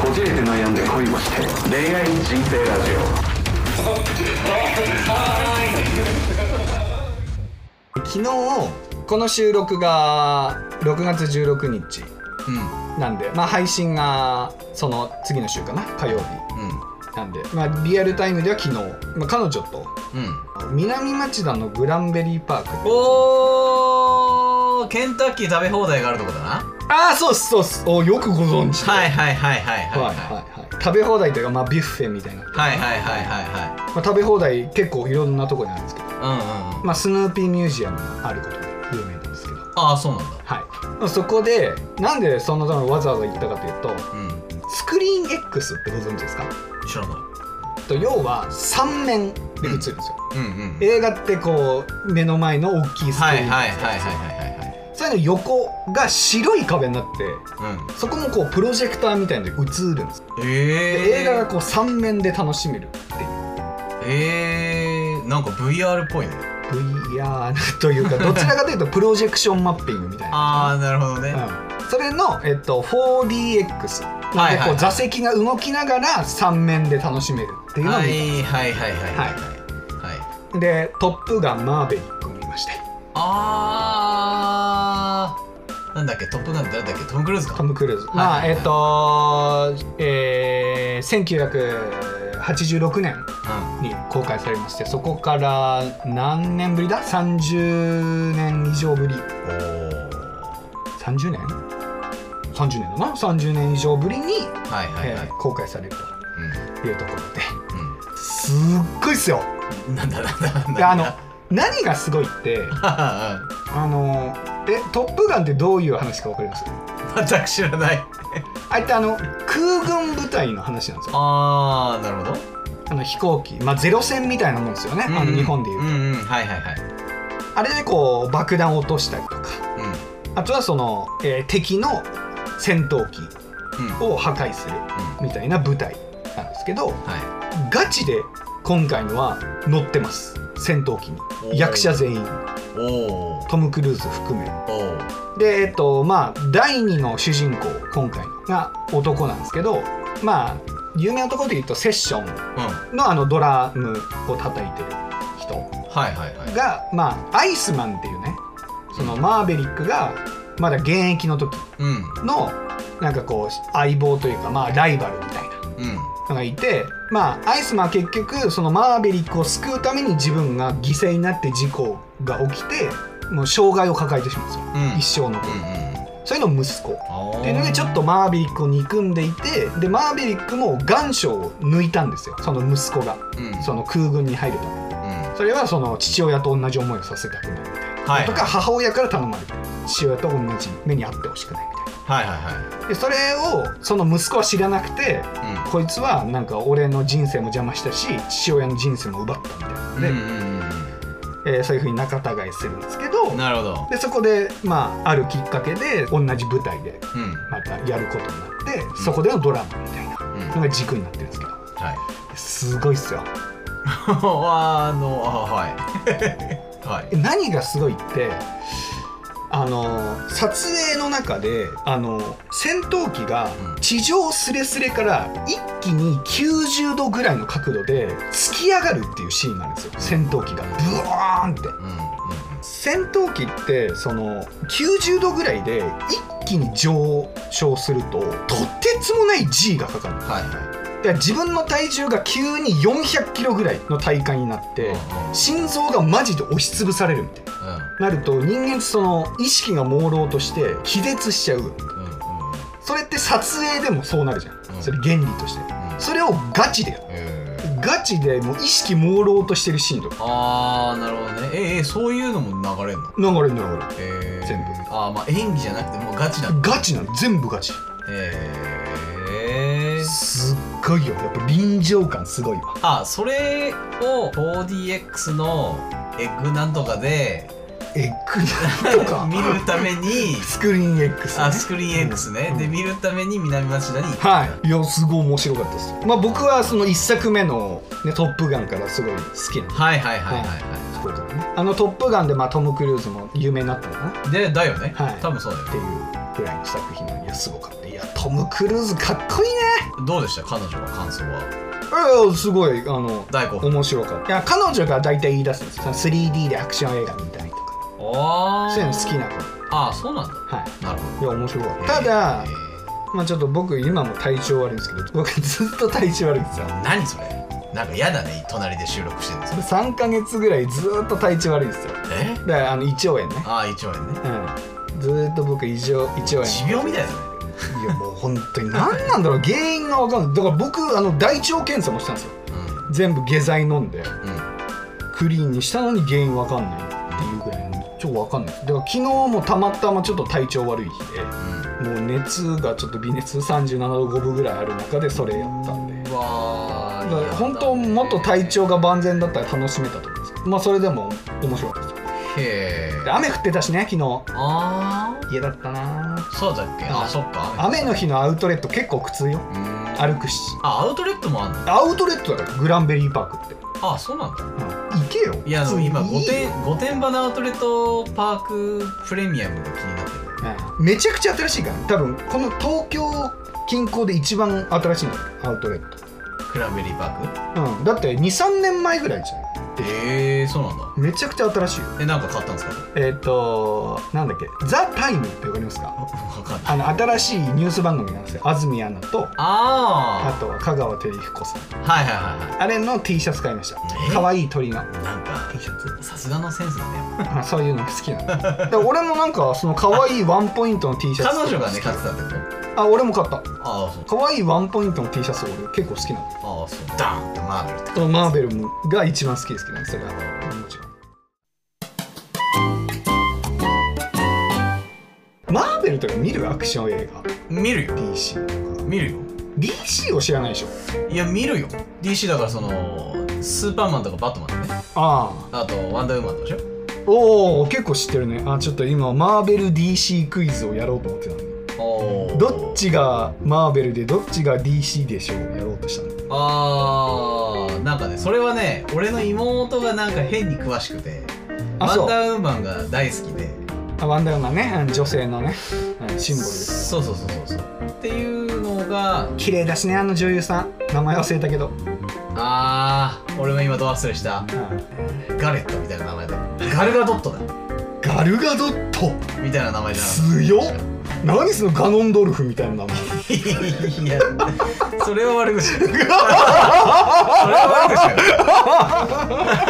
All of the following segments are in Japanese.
こじれて悩んで恋をして恋愛人生ラジ昨日この収録が6月16日なんで、まあ、配信がその次の週かな火曜日なんで、まあ、リアルタイムでは昨日、まあ、彼女とうんうん南町田のグランベリーパークでおーケンタッキー食べ放題があるとこだなああそうっすそうっすおよくご存知ではいはいはいはいはいははいいはいはい食べ放題というか、まあ、ビュッフェみたいな、まはいはいはいはいあ、食べ放題結構いろんなとこにあるんですけど、はいうんうんうんまあ、スヌーピーミュージアムがあることで有名なんですけどああそうなんだはい、そこでなんでそんなところにわざわざ行ったかというとうんスクリーン X ってご存知ですか知らないと要は3面で映るんですよ、うんうん映画ってこう目の前の大きいスクリはいーン、はいはいはいそれの横が白い壁になってはいはいそこもこうプロジェクターみたいので映るんですうんでええ映画がこう3面で楽しめるっていうえー、なんか VR っぽいね VR というかどちらかというとプロジェクションマッピングみたいなああなるほどね、うんそれの、えっと、4DX なはんいはいではいこう座席が動きながら三面で楽しめるっていうのをは見いはいはいはいはいはいはいたで「トップガンマーヴェリック」を見ましたあーなんだっけトップガンって誰だっけトム・クルーズトかム・クルーズ、まあはいえっとえー、1986年うに公開されましてそこから何年ぶりだ30年以上ぶりんおー30年 ?30 年だな30年以上ぶりに、はいはいえはいー公開されるうというところでんうんすっごいっすよなんだなんだなんでだ。あの何がすごいってああのえ「トップガン」ってどういう話か分かりますの、 全く知らない。あれってあの空軍部隊の話なんですよあー、なるほど。あの飛行機、まあ、ゼロ戦みたいなもんですよね、あうんのうん日本でいう、うんうん、はいはいはい。あれでこう爆弾を落としたりとかあとはその、えー敵の戦闘機うん、うん、を破壊するみたいな部隊なんですけどはガチで今回のは乗ってます戦闘機おにー役者全員い。おー、トム・クルーズ含めおー、でえっとまあ第二の主人公今回が男なんですけどまあ有名なところで言うとセッションうん、のあのドラムを叩いてる人はいはいはい。がまあアイスマンっていうねそのマーベリックがまだ現役の時うん、のなんかこう相棒というかまあライバルみたいなうん、のがいてまあアイスマンは結局そのマーベリックを救うために自分が犠牲になって事故が起きてもう障害を抱えてしまうんですよ、うん一生のうん、うん。それの息子あーっていうのでちょっとマーヴェリックを憎んでいてでマーヴェリックも願書を抜いたんですよその息子がうん、その、の空軍に入るためうん、はそれはその父親と同じ思いをさせたくないみたいいな、はい。とか母親から頼まれて父親と同じ目に遭ってほしくないみたいはいはいはなでそれをその息子は知らなくてこいつはなんか俺の人生も邪魔したし父親の人生も奪ったみたいなのい。で、うん、うん、うん、えーそういうふうに仲違いするんですけうどん。なるほど。でそこでまああるきっかけで同じ舞台でうん、うん、またやることになってそこでのドラマみたいなのはが軸になってるんですけどい。 すごいっすよあの、あはい。 はい。何がすごいってあの撮影の中であの戦闘機がうん地上すれすれから一気に90度ぐらいの角度で突き上がるっていうシーンがあるんですよ戦闘機がブワーンってうん、うん、戦闘機ってその90度ぐらいで一気に上昇するととてつもない G がかかるはいはだから自分の体重が急に400キロぐらいの体感になっい。てうん、うん心臓がマジで押しつぶされるみたいななると人間その意識が朦朧として気絶しちゃううん、うん、うん、それって撮影でもそうなるじゃうんんそれ原理としてうん。それをガチでやるえーガチでもう意識朦朧としてるシーンとかあーなるほどねえーえーそういうのも流れんの流れる流れえー、全部あーまあ演技じゃなくてもうガチなるのガチなの全部ガチえー、すっごいよやっぱ臨場感すごいわあそれを 4DX のエッグなんとかでエッグなんと か見るためにスクリーン X ねあスクリーン X ね、うんで見るために南町田に行った、はい、いやすごい面白かったですよまあ僕はその1作目の、ね「トップガン」からすごい好きなんではいはいはいはいそはこからねあの「トップガン」でまあトム・クルーズも有名になったのかなっいでだよね、はい多分そうだよていねうぐらいの作品なんでいやすごかったいや「トトム・クルーズかっこいいねどうでした彼女は感想はええすごいあの大興奮面白かったいや彼女が大体言い出すんですよその 3D でアクション映画見たいとかあそういうの好きな子ああそうなんだはいなるほいや面白かどったただえ、まあ、ちょっと僕今も体調悪いんですけど僕ずっと体調悪いんですよー何それなんか嫌だね隣で収録してるんです3ヶ月ぐらいずっと体調悪いんですよえだからあの胃腸炎ねああ一応ねうんずーっと僕異常胃腸炎持病みたいだねいやもう本当に何なんだろう原因が分かんないだから僕あの大腸検査もしたんですよ全部下剤飲んでうんうんクリーンにしたのに原因分かんないっていうぐらいのちょっと分かんないだから昨日もたまたまちょっと体調悪い日でもう熱がちょっと微熱37度5分ぐらいある中でそれやったんでうんうわだかーら嫌だね本当もっと体調が万全だったら楽しめたと思うんですけどまあそれでも面白かったですへでえ雨降ってたしね昨日あ家だったなあそうだっけはあいそっか雨の日のアウトレット結構苦痛ようん歩くしあアウトレットもあんのアウトレットだからグランベリーパークって、あそうなんだ行けよいやでも今普御通にいい殿よ御殿場のアウトレットパークプレミアムが気になってるうんめちゃくちゃ新しいから多分この東京近郊で一番新しいのアウトレット、クランベリーパーうん、だって23年前ぐらいじゃクへえそうなんだんめちゃくちゃ新しいよえなんか買ったんですかえっ、となんだっけ「ザ・タイムってわかりますか分かんないあの新しいニュース番組なんですよ安住アナとああとは香川照彦さんあはいはいはいはあれの T シャツ買いましたえ可愛い鳥のいなんか T シャツさすがのセンスだねあそういうの好きなので俺もなんかその可愛いワンポイントの T シャツ彼女がね買ってたってことあ俺も買ったああそう可愛いワンポイントの T シャツ俺結構好きなのああそうダーンってマーベルってそのマーベルが一番好きですけどねそれはもちろんマーベルとか見るアクション映画見るよ DC 見るよ DC を知らないでしょいや見るよ DC だからそのスーパーマンとかバットマンねあああとワンダーウーマンとかでしょおお結構知ってるねあちょっと今マーベル DC クイズをやろうと思ってたのにおーどっちがマーベルでどっちが DC でしょうやろうとしたのあーなんかねそれはね俺の妹がなんか変に詳しくてあワそうンダーウーマンが大好きであワンダーマンねうん女性のねうんシンボルですそうそうそうそうそうっていうのが綺麗だしねあの女優さん名前忘れたけど、あー俺も今ド忘れしたガレットみたいな名前だガルガドットだガルガドットみたいな名前じゃなかっ強っ何そのガノンドルフみたいな名 前たいやそれは 悪口だそれは悪口だよ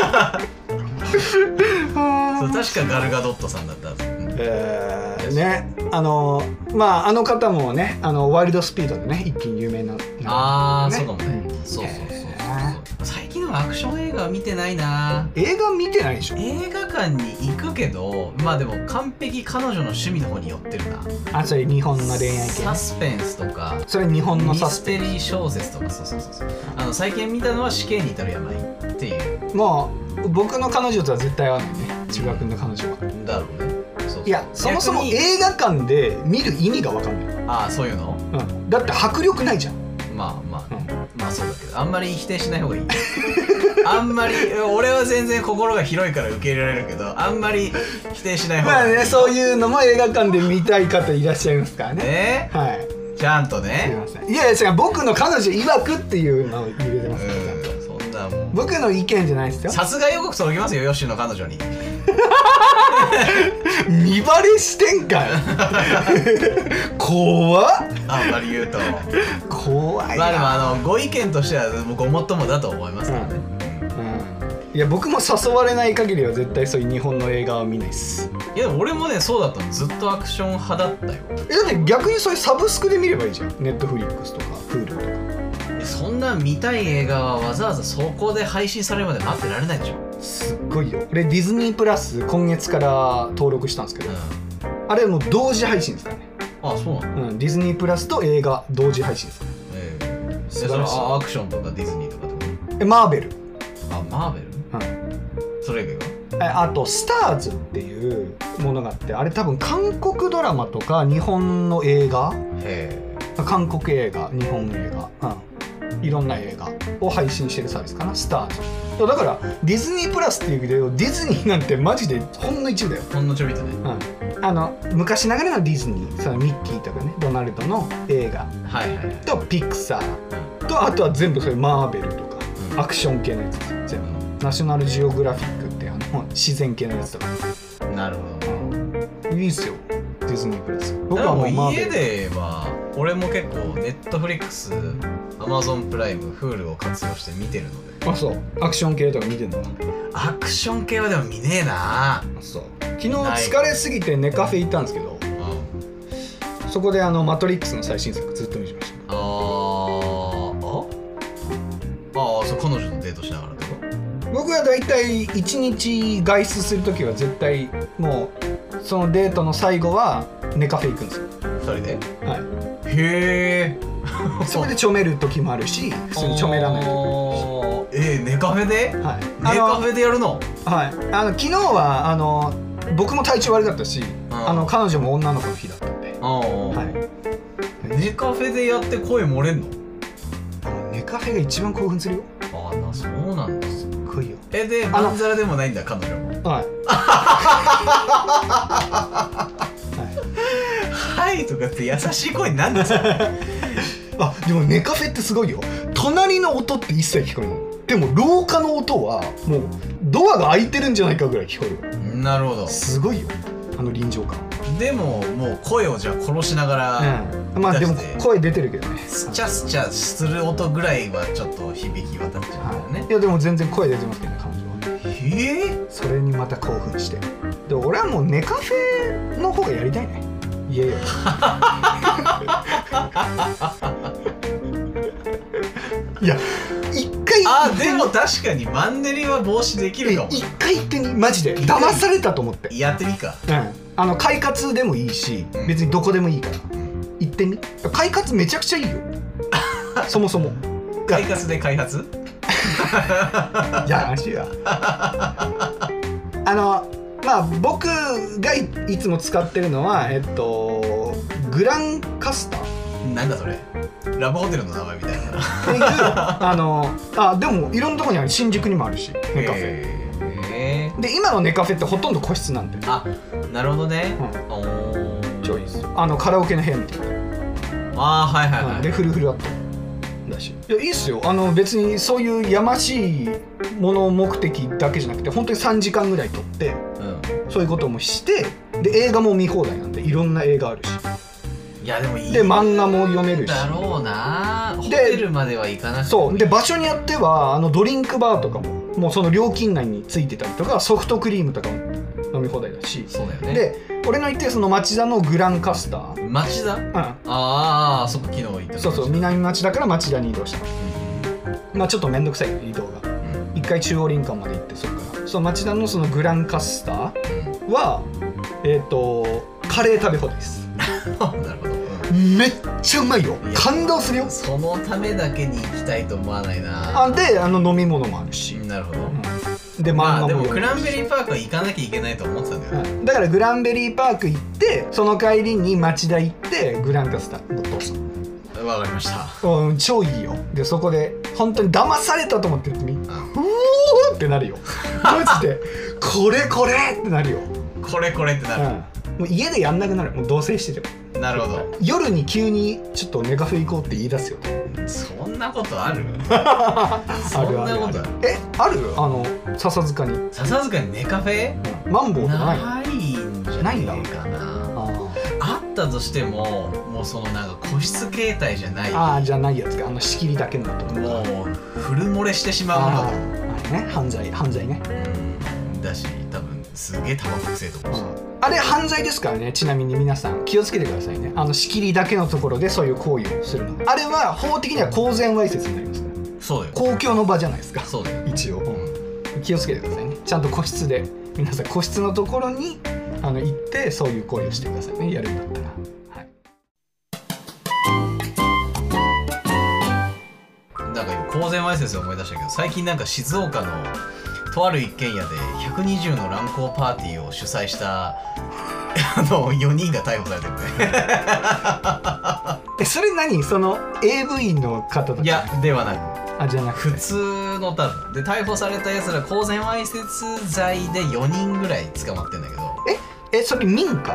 そう確かガルガドットさんだったはずうんえー、ねあのまああの方もねあのワイルドスピードでね一気に有名なああ、ねそうかもね。うんそうそうそうそうえー最近のアクション映画は見てないな。映画見てないでしょ映画館に行くけど、まあでも完璧彼女の趣味の方に寄ってるな。あそれ日本の恋愛系サスペンスとか、それ日本のミサススペテリー小説とか、そうそうそうそう。あの最近見たのは死刑に至る病っていうもう僕の彼女とは絶対合わないね中学の彼女はんだろうね。そうそういやそもそも逆に映画館で見る意味が分かんない、ああそういうのうん、だって迫力ないじゃんまあまあ、ねうまあそうだけどあんまり否定しない方がいい あんまり俺は全然心が広いから受け入れられるけどあんまり否定しない方まあがいいね、そういうのも映画館で見たい方いらっしゃいますからね。ねはい。ちゃんとすいねません。いやいや、違う僕の彼女曰くっていうのを入れてうますから。んそんなもん僕の意見じゃないですよ。殺害予告届きますよヨッシーの彼女に見バレしてんかい 怖っあんまり言うと怖いまあでもな、あのご意見としては僕ごもっともだと思いますからね、うん、いや僕も誘われない限りは絶対そういう日本の映画は見ないっすいやでも俺もねそうだったのずっとアクション派だったよえだって逆にそれサブスクで見ればいいじゃんネットフリックスとか Hulu とかそんな見たい映画はわざわざそこで配信されるまで待ってられないでしょ、すっごいよ俺ディズニープラス今月から登録したんですけど、うあれもう同時配信ですからねん、あそうなのうん、ディズニープラスと映画同時配信ですええ素そ晴れらしいはアクションとかディズニーとかってこえマーベル、とあマーベルそれ以外はえあと「スターズ」っていうものがあってあれ多分韓国ドラマとか日本の映画へ韓国映画日本映画、うん、いろんな映画を配信してるサービスかな「スターズ」そうだからディズニープラスっていう意味でディズニーなんてマジでほんの一部だよ、えほんのちょびっとねうん、あの昔ながらのディズニーそのミッキーとかねドナルドの映画はいはいはいとピクサーとあとは全部それマーベルとかうんアクション系のやつです全部ナショナルジオグラフィックってあの自然系のやつとかなるほいいですよディズニープラスど僕だからはももううマーベ家ルでは俺も結構ネットフリックスアマゾンプライム Hulu を活用して見てるのであそうアクション系とか見てんだなアクション系はでも見ねえなあそう昨日疲れすぎて寝カフェ行ったんですけどうんそこであの「マトリックス」の最新作ずっと見てましたあーああーそう彼女とデートしながらってこと僕は大体1日外出する時は絶対もうそのデートの最後は寝カフェ行くんですよ二人ではへえいそこでちょめる時もあるし普通にちょめらない時もえー、ネカフェであるしネはいあのカフェでやるのはいあの昨日はあの僕も体調悪かったしんあの彼女も女の子の日だったんでああ、はいネカフェでやって声漏れんのあの寝カフェが一番興奮するよああなそうなんです来いよえでのまんざらでもないんだ彼女も はいはいはいとかって優しい声になんですかあでも寝カフェってすごいよ隣の音って一切聞こえないでも廊下の音はもうドアが開いてるんじゃないかぐらい聞こえる なるほどすごいよあの臨場感でももう声をじゃあ殺しながら、うんまあでも出して声出てるけどねスチャスチャする音ぐらいはちょっと響き渡っちゃうんはいだよねいやでも全然声出てますけどね彼女はへえそれにまた興奮してで俺はもう寝カフェの方がやりたいね家より いや一回あーでも確かにマンネリは防止できるかも一回行ってみマジで騙されたと思ってやってみっかうん、あの快活でもいいしうん別にどこでもいいから行ってみ快活めちゃくちゃ いいよそもそも開発で開発いや話やあのまあ僕がいいつも使ってるのはえっとグランカスタってなんだそれラブホテルの名前みた いないう あのあでもいろんなとこにある新宿にもあるしネカフェへえで今のネカフェってほとんど個室なんであなるほどね、うんおー超いいですよあのカラオケの部屋みたいなあーはいはいはい、でフルフルだっただしいやいいっすよあの別にそういうやましいもの目的だけじゃなくて本当に3時間ぐらい撮ってうそういうこともしてで映画も見放題なんでいろんな映画あるしん、いやでもいいで漫画も読めるしだろうなホでテルまでは行かなくてそうでバ場所によってはあのドリンクバーとかももうその料金内についてたりとかソフトクリームとかも飲み放題だしそうだよねで俺の言ってるその町田のグランカスター、町田うああそっか昨日行ったん、そうそう南町だから町田に移動したまあちょっと面倒くさいけど移動がうんうん一回中央林間まで行ってそこからその町田のそのグランカスターはえっ、とカレー食べ放題ですうん なるほど、うんめっちゃうまいよいや感動するよそのためだけに行きたいと思わないなあであの飲み物もあるし、なるほど、で漫画もまあでも読クめるランベリーパークは行かなきゃいけないと思ってたんだよね、うんだからグランベリーパーク行ってその帰りに町田行ってグランカスターのどうぞわかりましたうん超いいよでそこで本当に騙されたと思ってるみうおーってなるよマジでこれこれってなるよ、これこれってう、なんる、もう家でやんなくなるもう同棲しててもなるほど夜に急にちょっとネカフェ行こうって言い出すよねそんなことあるあそんるあなるこあとるあるえあるあの笹塚に笹塚にネカフェマンボウとかないのないんじゃないかなああったとしてももうそのなんか個室形態じゃないーあーじゃないやつかあの仕切りだけのとこもう古漏れしてしまうあのーあれね犯罪犯罪ね、うんだし多分すげえタバコ臭いとう思うしん、あれ犯罪ですからねちなみに皆さん気をつけてくださいねあの仕切りだけのところでそういう行為をするのあれは法的には公然わいせつになりますからそうだよ公共の場じゃないですかそうだよ一応、気をつけてくださいねちゃんと個室で皆さん個室のところにあの行ってそういう行為をしてくださいねやるんだったら、はい、なんか今公然わいせつで思い出したけど最近なんか静岡のとある一軒家で120の乱交パーティーを主催したあの4人が逮捕されてるねえそれ何その AV の方といやかではなくあじゃなく普て通の多分で逮捕されたやつら公然わいせつ罪で4人ぐらい捕まってんだけどえそれ民家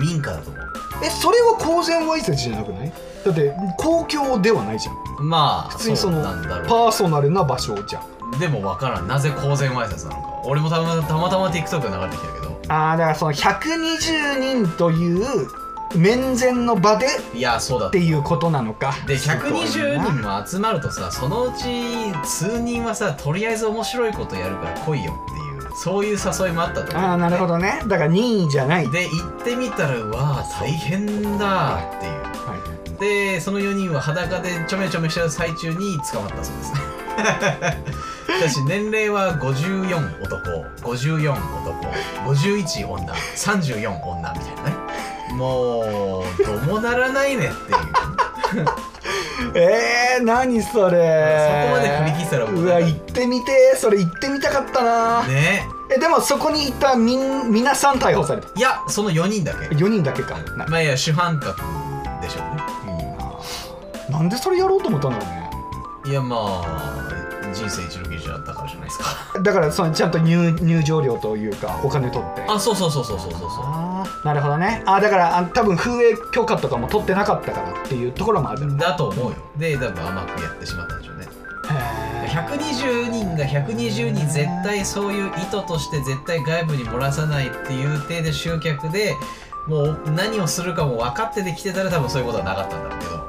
民家だと思えそれは公然わいせつじゃなくないだって公共ではないじゃんうまあ普通にそうのなんだろパーソナルな場所じゃんうでも分からんなぜ公然わいせつなのか俺もたまたまたま TikTok で流れてきたけどああだからその120人という面前の場でっいやそうだっていうことなのかで120人も集まるとさそのうち数人はさとりあえず面白いことやるから来いよっていうそういう誘いもあったと思うああなるほどねだから任意じゃないで行ってみたらうわー大変だっていうはいでその4人は裸でちょめちょめしてる最中に捕まったそうですねしかし年齢は54男54男51女34女みたいなねもうどうもならないねっていうえー、何それそこまで振り切ったらもううわ行ってみてーそれ行ってみたかったなー、ねえでもそこにいたみん皆さん逮捕されたいやその4人だけ4人だけかな,、まあいや主犯格でしょうねなんでそれやろうと思ったんだろうねいやまあ人生一度きりじゃあったからじゃないですかだからそのちゃんと入入場料というかお金取ってあそうそうそうそうそうそうそうあーなるほどねあーだからあ多分風営許可とかも取ってなかったからっていうところもあるんだだと思うよで多分甘くやってしまったんでしょうねへー120人が120人絶対そういう意図として絶対外部に漏らさないっていう体で集客でもう何をするかも分かっててきてたら多分そういうことはなかったんだろうけど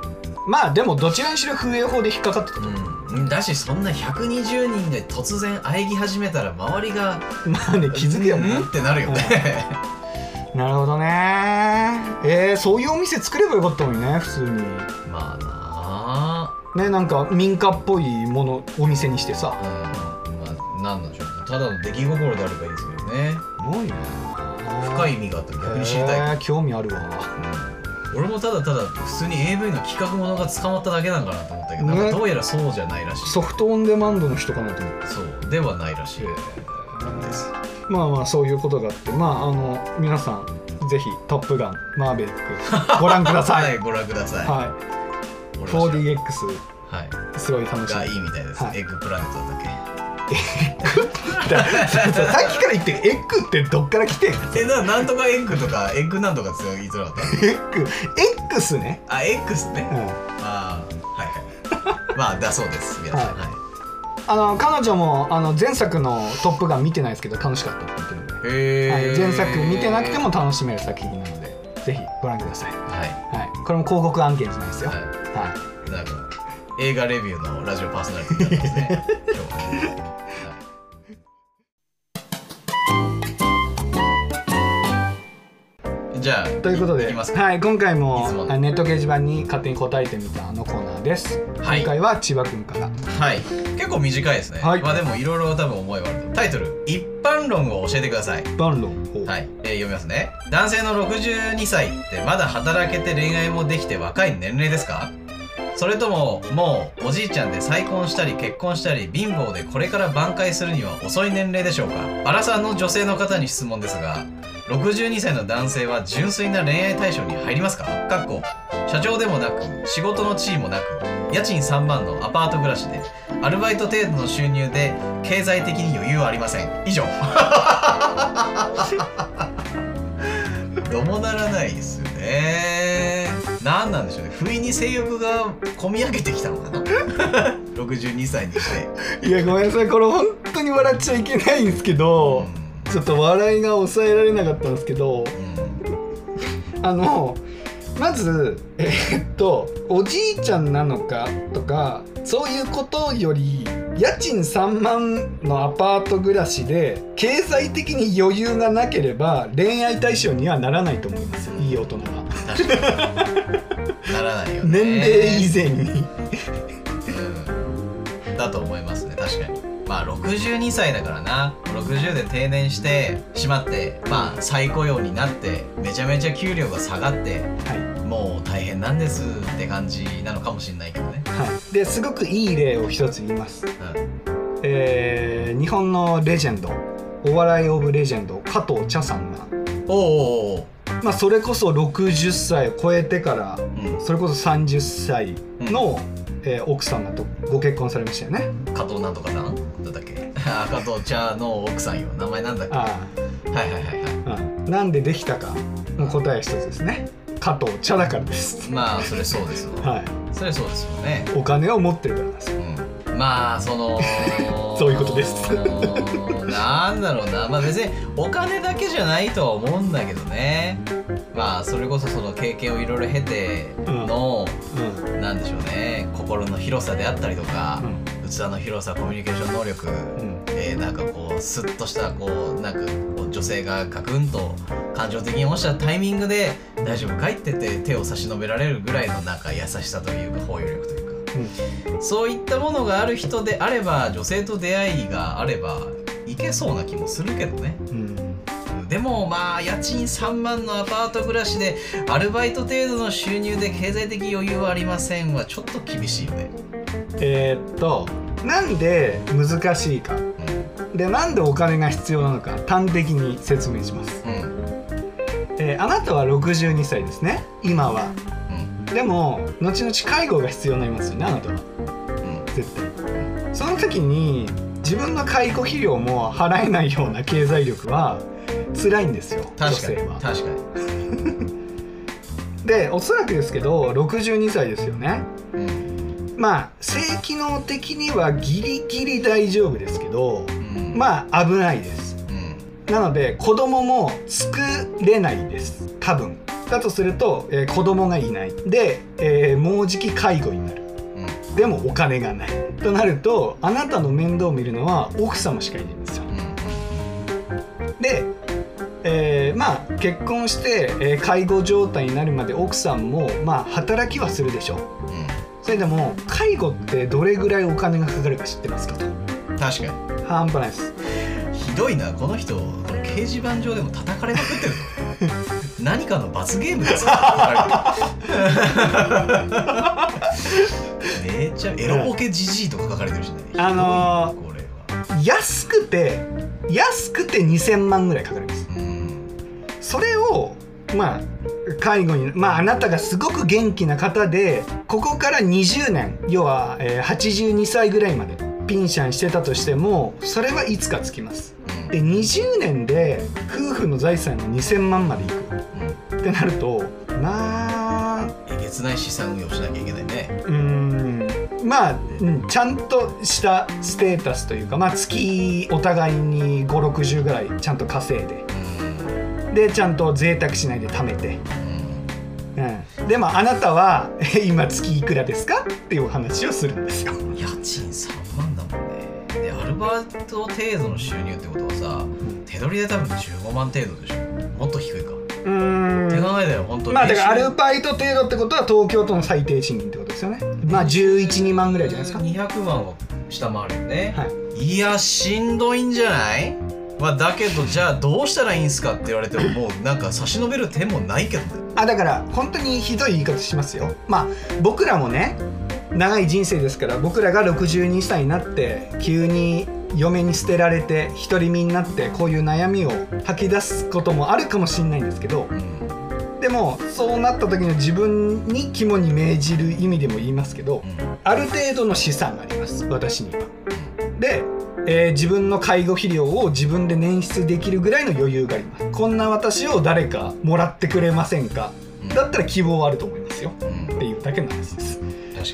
まあでもどちらにしろ風営法で引っかかってたうん、だしそんな120人が突然喘ぎ始めたら周りが まあね気づくようねんってなるよね、なるほどねえー、そういうお店作ればよかったのにね普通にまあなねなんか民家っぽいものお店にしてさあうんまあなんなんでしょうただの出来心であればいいですけどねすごいね深い意味があったら逆に知りたい、えー興味あるわうん俺もただただ普通に AV の企画ものが捕まっただけなんかなと思ったけど、なんねかどうやらそうじゃないらしいソフトオンデマンドの人かなと思ってそうではないらしいですまあまあそういうことがあってまああの皆さんぜひ「トップガンマーベリック」ご覧くださはい いご覧ください、はい俺は知らん 4DX はいすごい楽しがいいいみたいです、はいエッグプラネットだっささっきから言ってるエッグってどっから来てんのけえななんとかエッグとかエッグなんとかって言いづらかっエッグ X ねたあ X ね、うんあーはいはいまあだそうです皆さん、ははいあの彼女もあの前作の「トップガン」見てないですけど楽しかったって言ってるんで、へはい、ー前作見てなくても楽しめる作品なのでぜひご覧ください、ははいい、これも広告案件じゃないですよ、ははいいなんか映画レビューのラジオパーソナリティになってますね今日はね、はいじゃあということでいきますかはい、今回もいつものあネット掲示板に勝手に答えてみたのコーナーです、はい今回は千葉くんからはい結構短いですね、はいまあでもいろいろ多分思いはあるとタイトル「一般論を教えてください」バンロンをはい、えー読みますね男性の62歳ってまだ働けて恋愛もできて若い年齢ですかそれとももうおじいちゃんで再婚したり結婚したり貧乏でこれから挽回するには遅い年齢でしょうかバラさんの女性の方に質問ですが62歳の男性は純粋な恋愛対象に入りますかかっこ社長でもなく仕事の地位もなく家賃3万のアパート暮らしでアルバイト程度の収入で経済的に余裕はありません以上どうもならないですよね何なんでしょうね不意に性欲が込み上げてきたのか な62歳にして、いやごめんなさいこれ本当に笑っちゃいけないんですけうど、んちょっと笑いが抑えられなかったんですけどうん、あのまずえーっとおじいちゃんなのかとかそういうことより家賃3万のアパート暮らしで経済的に余裕がなければ恋愛対象にはならないと思いますよいい大人は確かにならないよね年齢以前にうんだと思いますね確かにまあ62歳だからな60で定年してしまってまあ再雇用になってめちゃめちゃ給料が下がってはもう大変なんですって感じなのかもしれないけどねい、はい、ですごくいい例を一つ言います、うんえー日本のレジェンドお笑いオブレジェンド加藤茶さんが、おうおうおうまあ、それこそ60歳を超えてからうんそれこそ30歳の、えー奥様とご結婚されましたよね。 加藤なんとかさんだったっけあ加藤茶の奥さんよ名前なんだっけああはいはいはいはうんなんでできたかの答え一つですね加藤茶だからですいまあそれそうですわはいそれそうですよねお金を持ってるからですうんまあその そういうことです なんだろうなまあ別にお金だけじゃないとは思うんだけどねまあそれこそその経験をいろいろ経ての、うんなんでしょうね心の広さであったりとか、器の広さコミュニケーション能力、うんえーなんかこうスッとしたこうなんかこう女性がガクンと感情的に落ちたタイミングで「大丈夫かい?」って言って手を差し伸べられるぐらいのなんか優しさというか包容力というか。そういったものがある人であれば女性と出会いがあればいけそうな気もするけどねうんでもまあ家賃3万のアパート暮らしでアルバイト程度の収入で経済的余裕はありませんはちょっと厳しいよねえーっとなんで難しいかでなんでお金が必要なのか端的に説明します、うんうんえーあなたは62歳ですね今はうんでも後々介護が必要になりますよねあなたはうん絶対その時に自分の介護費用も払えないような経済力は辛いんですよ女確かに性は確かでおそらくですけど62歳ですよねにうんまあ性機能的にはギリギリ大丈夫ですけどうんまあ危ないですうんなので子供も作れないです多分だとすると、えー子供がいないで、えーもうじき介護になるうんでもお金がないとなるとあなたの面倒を見るのは奥様しかいないんですよで、えーまあ結婚して、えー介護状態になるまで奥さんもまあ働きはするでしょううんうそれでも介護ってどれぐらいお金がかかるか知ってますかとん確かに半端ないですひどいなこの人この掲示板上でも叩かれまくってるぞ 何かの罰ゲームですかめっちゃエロボケじじいとか書かれてるしねあのーひどいなこれは安くて安くて2000万ぐらいかかりますうんそれをまあ介護にまああなたがすごく元気な方でここから20年要は、えー82歳ぐらいまでピンシャンしてたとしてもそれはいつかつきますうんで20年で夫婦の財産が2000万までいくうんってなるとまあえげつない資産運用しなきゃいけないねうーんまあ、うんちゃんとしたステータスというか、まあ、月お互いに560ぐらいちゃんと稼いでうんでちゃんと贅沢しないで貯めて、うんうん、でもあなたはえ今月いくらですかっていうお話をするんですよ。家賃3万だもんねでアルバイト程度の収入ってことはさ手取りで多分15万程度でしょもっと低いかうーん手考えだよ本当にまあだからアルイバイト程度ってことは東京都の最低賃金ってことですよね。まあ112万ぐらいじゃないですか。 200万を下回るよね、、はいやしんどいんじゃないまあだけどじゃあどうしたらいいんすかって言われてももうなんか差し伸べる手もないけどねあだから本当にひどい言い方しますよまあ僕らもね長い人生ですから僕らが62歳になって急に嫁に捨てられて独り身になってこういう悩みを吐き出すこともあるかもしれないんですけどうんでもそうなった時の自分に肝に銘じる意味でも言いますけどうんある程度の資産があります私には。で、えー自分の介護費料を自分で捻出できるぐらいの余裕があります。こんな私を誰かもらってくれませんかうんだったら希望はあると思いますようんっていうだけの話です、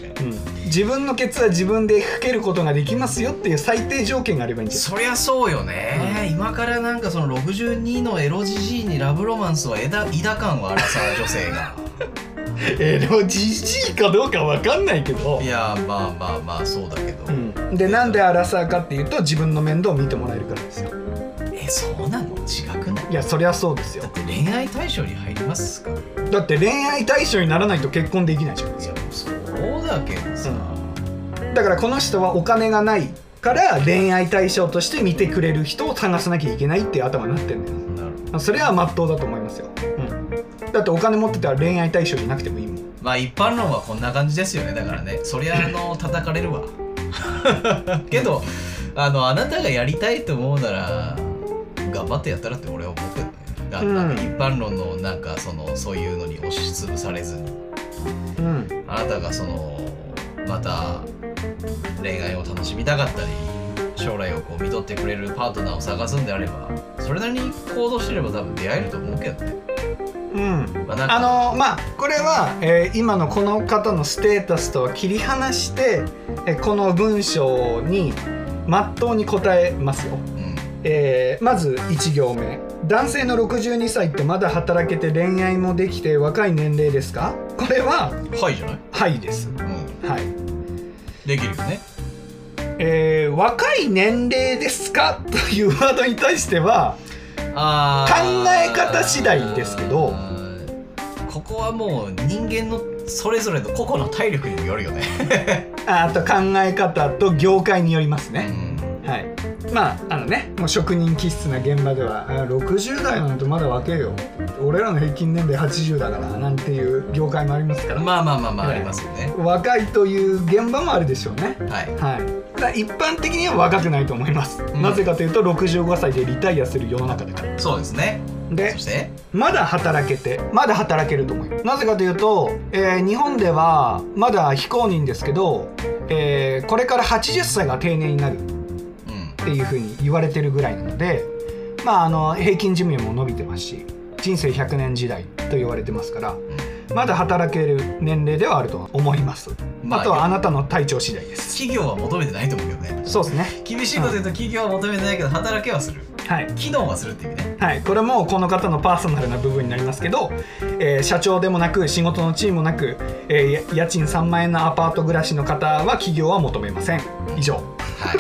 確かに自分のケツは自分で吹けることができますよっていう最低条件があればいいんじゃそりゃそうよね、今からなんかその62のエロじじいにラブロマンスを枝枝感を荒ら さ女性がないえーでもじじいかどうかわかんないけどいやまあまあまあそうだけど、うん、でなんでアラサーかっていうと自分の面倒を見てもらえるからですよえそうなの違くないいやそりゃそうですよだって恋愛対象に入りますかいだって恋愛対象にならないと結婚できないじゃんやそうだけどさ、だからこの人はお金がないから恋愛対象として見てくれる人を探さなきゃいけないっていう頭になってんだよなるほどそれは真っ当だと思いますよ、うん、だってお金持ってたら恋愛対象じゃなくてもいいもんまあ一般論はこんな感じですよねだからねそりゃあの叩かれ るわけどあのあなたがやりたいと思うなら頑張ってやったらって俺は思ってるねだうんなんか一般論のなんかそのそういうのに押しつぶされずにうんあなたがそのまた恋愛を楽しみたかったり将来をこう見とってくれるパートナーを探すんであればそれなりに行動してれば多分出会えると思うけどね、うんまあ、なんかあのまあこれは、えー今のこの方のステータスとは切り離して、えーこの文章にまっとうに答えますよ、うんえーまず1行目男性の62歳ってまだ働けて恋愛もできて若い年齢ですかこれははいじゃない、はいですうん、はいできるよねえー若い年齢ですかというワードに対してはあー考え方次第ですけどここはもう人間のそれぞれの個々の体力にもよるよね、ああと考え方と業界によりますね、うはいまああのねもう職人気質な現場ではあ60代なんてまだ若えよ俺らの平均年齢80だからなんていう業界もありますから、んまあまあまあまあありますよね、若いという現場もあるでしょうねはいはい、ただ一般的には若くないと思います、んなぜかというと65歳でリタイアする世の中だからそうですねでそしてまだ働けてまだ働けると思いますなぜかというと、えー日本ではまだ非公認ですけど、えーこれから80歳が定年になるっうんていうふうに言われてるぐらいなのでまああの平均寿命も伸びてますし人生100年時代と言われてますからまだ働ける年齢ではあるとは思いますまああとはあなたの体調次第です企業は求めてないと思うけどねそうですね厳しいこと言うと企業は求めてないけど働けはするはい機能はするって意味ねはい、これもこの方のパーソナルな部分になりますけど、えー社長でもなく仕事の地位もなく、えーや家賃3万円のアパート暮らしの方は企業は求めません以上 は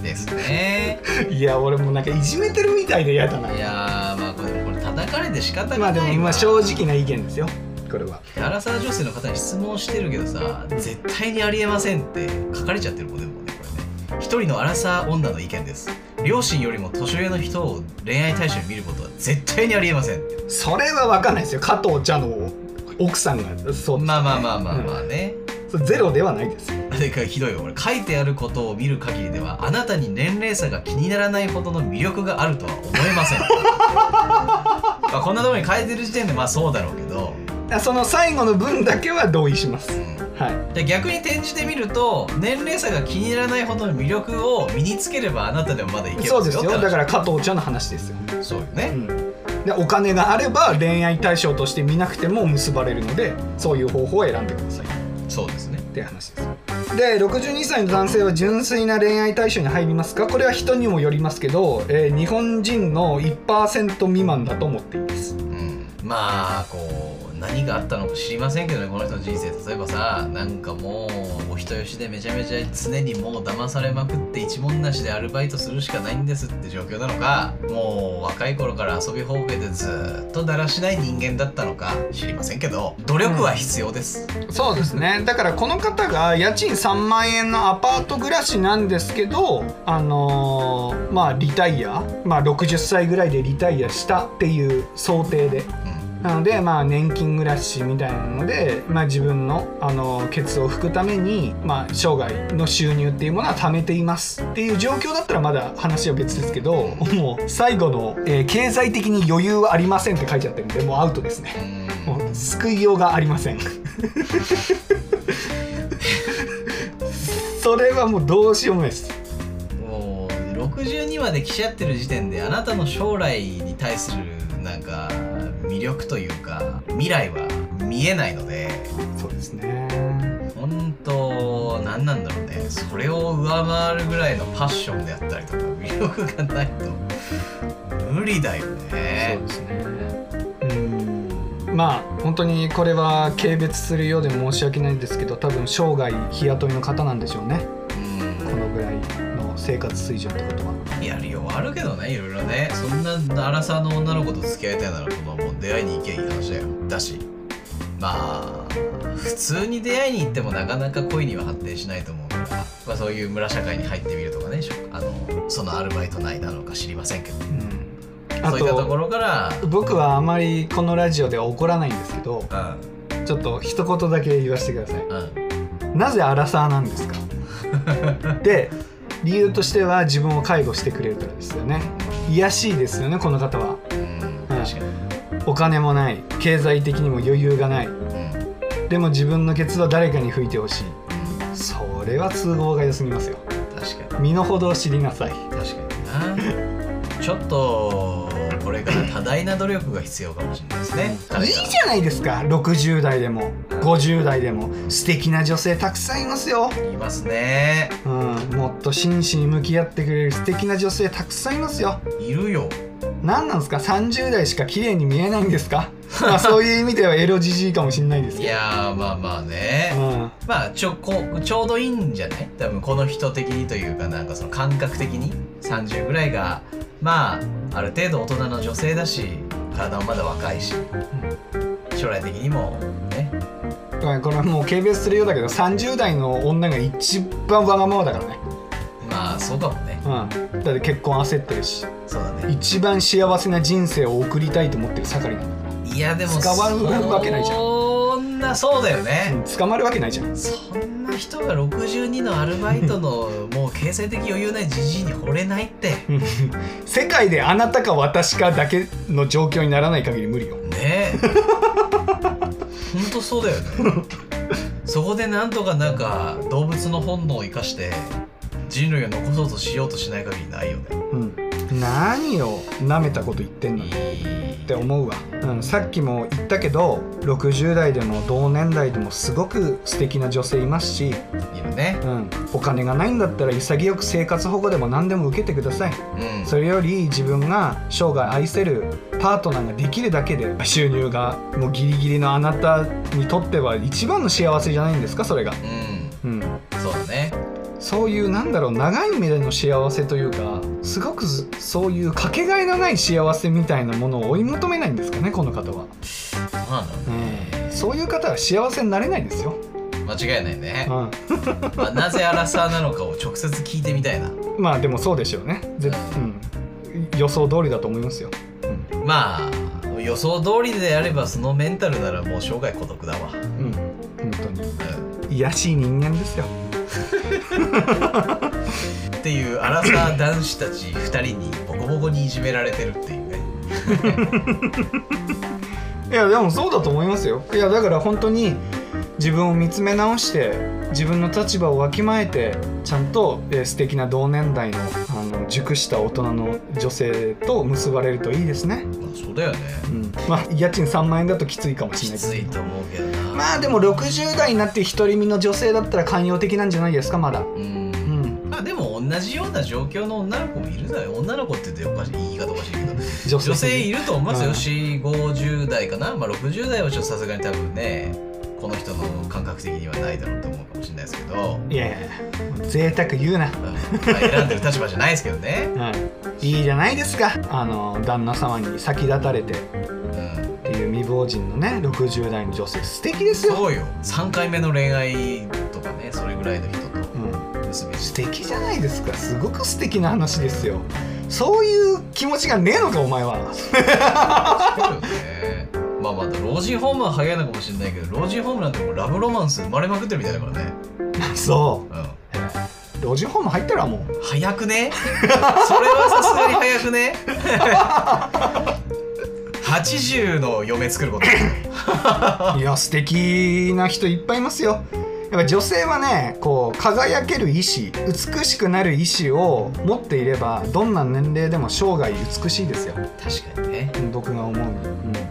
いですねいや俺もうなんかいじめてるみたいで嫌だないやーまあこれこれ叩かれて仕方がないまあでもまあ正直直な意見ですよこれはアラサー女性の方に質問してるけどさ絶対にありえませんって書かれちゃってるもんねもうねこれね一人のアラサー女の意見です両親よりも年上の人を恋愛対象に見ることは絶対にありえませんってそれは分かんないですよ加藤茶の奥さんがそうですねまあまあまあまあまあね、うんゼロではないですなんかひどいよ俺書いてあることを見る限りではあなたに年齢差が気にならないほどの魅力があるとは思えませんまあこんなところに書いてる時点でまあそうだろうけど、その最後の分だけは同意しますうんはいで逆に転じてみると年齢差が気に入らないほどの魅力を身につければあなたでもまだいけるんそうですよだからら加藤茶の話ですよそうよね、でお金があれば恋愛対象として見なくても結ばれるのでそういう方法を選んでくださいっそうですねていう話ですで62歳の男性は純粋な恋愛対象に入りますかこれは人にもよりますけど、えー日本人の1%未満だと思っていますうんまあこう何があったのか知りませんけどねこの人の人生例えばさなんかもうお人よしでめちゃめちゃ常にもう騙されまくって一文なしでアルバイトするしかないんですって状況なのかもう若い頃から遊び放けでずーっとだらしない人間だったのか知りませんけど努力は必要です、そうですねだからこの方が家賃3万円のアパート暮らしなんですけどあのーまあリタイア、まあ、60歳ぐらいでリタイアしたっていう想定でうんなので、まあ、年金暮らしみたいなので、まあ、自分のあのケツを拭くために、まあ、生涯の収入っていうものは貯めていますっていう状況だったらまだ話は別ですけどもう最後の、えー経済的に余裕はありません」って書いちゃってるんでもうアウトですね。もう救いようがありませんそれはもうどうしようもないですもう62まで来ちゃってる時点であなたの将来に対するなんか魅力というか未来は見えないのでそうですね本当何なんだろうねそれを上回るぐらいのパッションであったりとか魅力がないと無理だよねそうですねうんまあ本当にこれは軽蔑するようで申し訳ないんですけど多分生涯日雇いの方なんでしょうねこのぐらいの生活水準ってことはうんやるよはあるけどねいろいろねそんな荒さの女の子と付き合いたいならもうもう出会いに行けばいい話だよだしまあ普通に出会いに行ってもなかなか恋には発展しないと思うから、まあ、そういう村社会に入ってみるとかねしょあのそのアルバイトないなのか知りませんけどうんあそういったとことろから僕はあまりこのラジオでは怒らないんですけどちょっと一言だけ言わせてくださいうんうんなぜアラサーなん ですかで理由としては自分を介護してくれるからですよね癒しいですよねこの方はうん確かにお金もない経済的にも余裕がないうんでも自分のケツは誰かに拭いてほしいそれは都合が良すぎますよ確かに身の程を知りなさい確かになちょっとこれから多大な努力が必要かもしれないですねいいじゃないですか60代でも50代でも素敵な女性たくさんいますよ、いますねうん、もっと真摯に向き合ってくれる素敵な女性たくさんいますよいるよ何なんですか30代しか綺麗に見えないんですかまあそういう意味ではエロじじいかもしれないですいけどやーまあまあね、うんまあちょこちょうどいいんじゃない多分この人的にというかなんかその感覚的に30ぐらいがまあある程度大人の女性だし体もまだ若いし、将来的にもねまあこれはもう軽蔑するようだけど30代の女が一番わがままだからね、まあそうかもねうん、だって結婚焦ってるしそうだね一番幸せな人生を送りたいと思ってる盛りなんだかいやでも使わるわけないじゃんそんなそうだよら、ね、うん捕まるわけないじゃんそんな人が62のアルバイトのもう経済的余裕ないじじいに惚れないってうん世界であなたか私かだけの状況にならない限り無理よねえ ほんとそうだよねそこでなんとかなんか動物の本能を生かして人類を残そうとしようとしない限りないよねうん何をなめたこと言ってんのにって思うわ、うん、さっきも言ったけど60代でも同年代でもすごく素敵な女性いますし、いるねうん、お金がないんだったら潔く生活保護でも何でも受けてくださいうんそれより自分が生涯愛せるパートナーができるだけで収入がもうギリギリのあなたにとっては一番の幸せじゃないんですかそれが、うんうん、そうだねそういうなんだろう長い目での幸せというかすごくずそういうかけがえのない幸せみたいなものを追い求めないんですかねこの方は、そうなんだろうん、そういう方は幸せになれないですよ、う間違いないねう、ん、まあ、なぜアラサーなのかを直接聞いてみたいなまあでもそうでしょうねぜ、うん、予想通りだと思いますよまあ予想通りであればそのメンタルならもう生涯孤独だわ、うんうん本当に癒やしい人間ですよっていうアラサー男子たち2人にボコボコにいじめられてるっていうねいやでもそうだと思いますよいやだから本当に自分を見つめ直して自分の立場をわきまえてちゃんと、えー素敵な同年代のあの熟した大人の女性と結ばれるといいですね、まあそうだよねうん、まあ家賃3万円だときついかもしきれないつけいどと思うけどな、まあでも60代になって独り身の女性だったら寛容的なんじゃないですかまだうんうんまあでも同じような状況の女の子もいるだよ女の子って言っておかしい言い方おかしいけど女女性いると思いますうよん450代かなまあ60代はちょっとさすがに多分ねこの人の感覚的にはないだろうと思うかもしれないですけど、うんいやいや贅沢言うなまあ選んでる立場じゃないですけどね、はい、いいじゃないですかあの旦那様に先立たれてうん、っていう未亡人のね60代の女性素敵ですよ、そうよ3回目の恋愛とかねそれぐらいの人とうん、結び素して敵じゃないですかすごく素敵な話ですよそういう気持ちがねえのかお前は そうよねまあまだ老人ホームは早いのかもしれないけど老人ホームなんてもうラブロマンス生まれまくってるみたいだからねそうんう老人ホーム入ったらもう早くねそれはさすがに早くね80の嫁作ることいや素敵な人いっぱいいますよやっぱ女性はねこう輝ける意志美しくなる意志を持っていればどんな年齢でも生涯美しいですよ確かにね僕が思うに、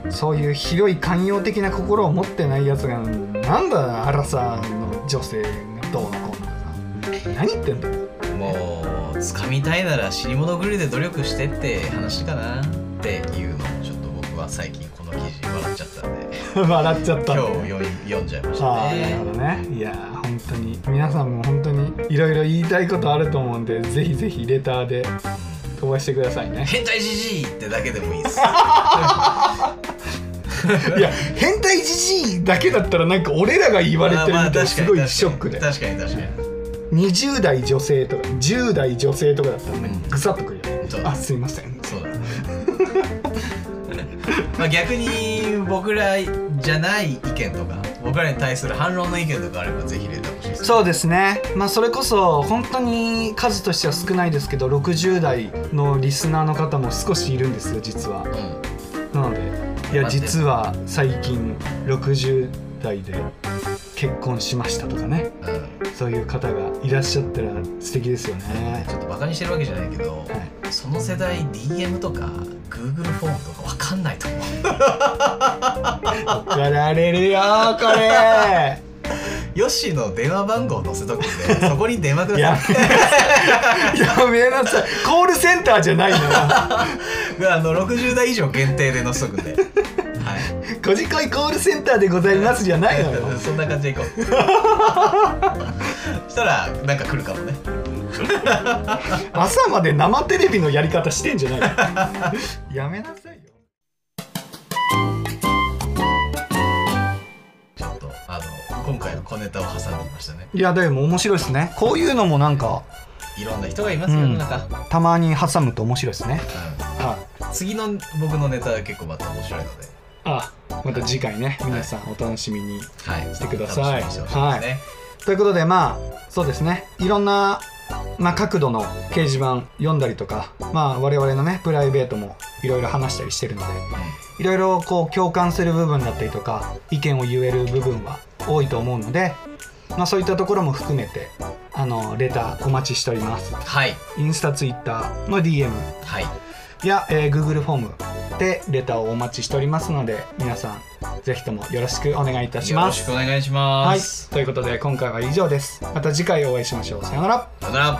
うん、そういう広い寛容的な心を持ってないやつがなんだアラサーの女性がどうのこうのとか何言ってんだよ もう掴みたいなら死に物狂いで努力してって話かなっていうのもちょっと僕は最近この記事笑っちゃったんで笑っちゃった今日読み読んじゃいましたああなるほねどねいやー本当に皆さんも本当にいろいろ言いたいことあると思うんでぜひぜひレターで飛ばしてください ね変態じじいってだけでもいいですいや変態じじいだけだったらなんか俺らが言われてるみまあたまいあ確かでにすご確かいショックでに確かに確かに20代女性とか10代女性とかだったらねうんぐさっとくるよねそうあすいませんそうだね まあ逆に僕らじゃない意見とか僕らに対する反論の意見とかあればぜひ入れてほしいですそうですね、まあ、それこそ本当に数としては少ないですけど60代のリスナーの方も少しいるんですよ実はうんなのでいや待って実は最近60代で結婚しましたとかねうんそういう方がいらっしゃったら素敵ですよねちょっとバカにしてるわけじゃないけど、はいその世代 DM とか Google フォームとかわかんないと思う 怒られるよーこ れヨッシーの電話番号載せとくん でそこに電話くだや さいめなさいやめなさいコールセンターじゃないのよあの60代以上限定で載せとくんではいこじこいコールセンターでございますじゃないのよ そんな感じで いこうそしたらなんか来るかもね朝まで生テレビのやり方してんじゃないの やめなさいよちょっとあの今回の小ネタを挟んでみましたねいやでも面白いですねこういうのもなんかいろんな人がいますよ、うんなんか、たまに挟むと面白いですねはいうん次の僕のネタは結構また面白いのであまた次回ね皆さんお楽しみに、はいしてください楽しみにしてほしいですね、ということでまあそうですねいろんな、まあ、角度の掲示板読んだりとか、まあ、我々のねプライベートもいろいろ話したりしてるのでいろいろこう共感する部分だったりとか意見を言える部分は多いと思うので、まあ、そういったところも含めてあのレターお待ちしておりますうんはいインスタツイッターの DM はいや、えー Google フォームでレターをお待ちしておりますので皆さんぜひともよろしくお願いいたしよろましすくお願いしまはいす、ということで今回は以上ですまた次回お会いしましょうさようならさよなら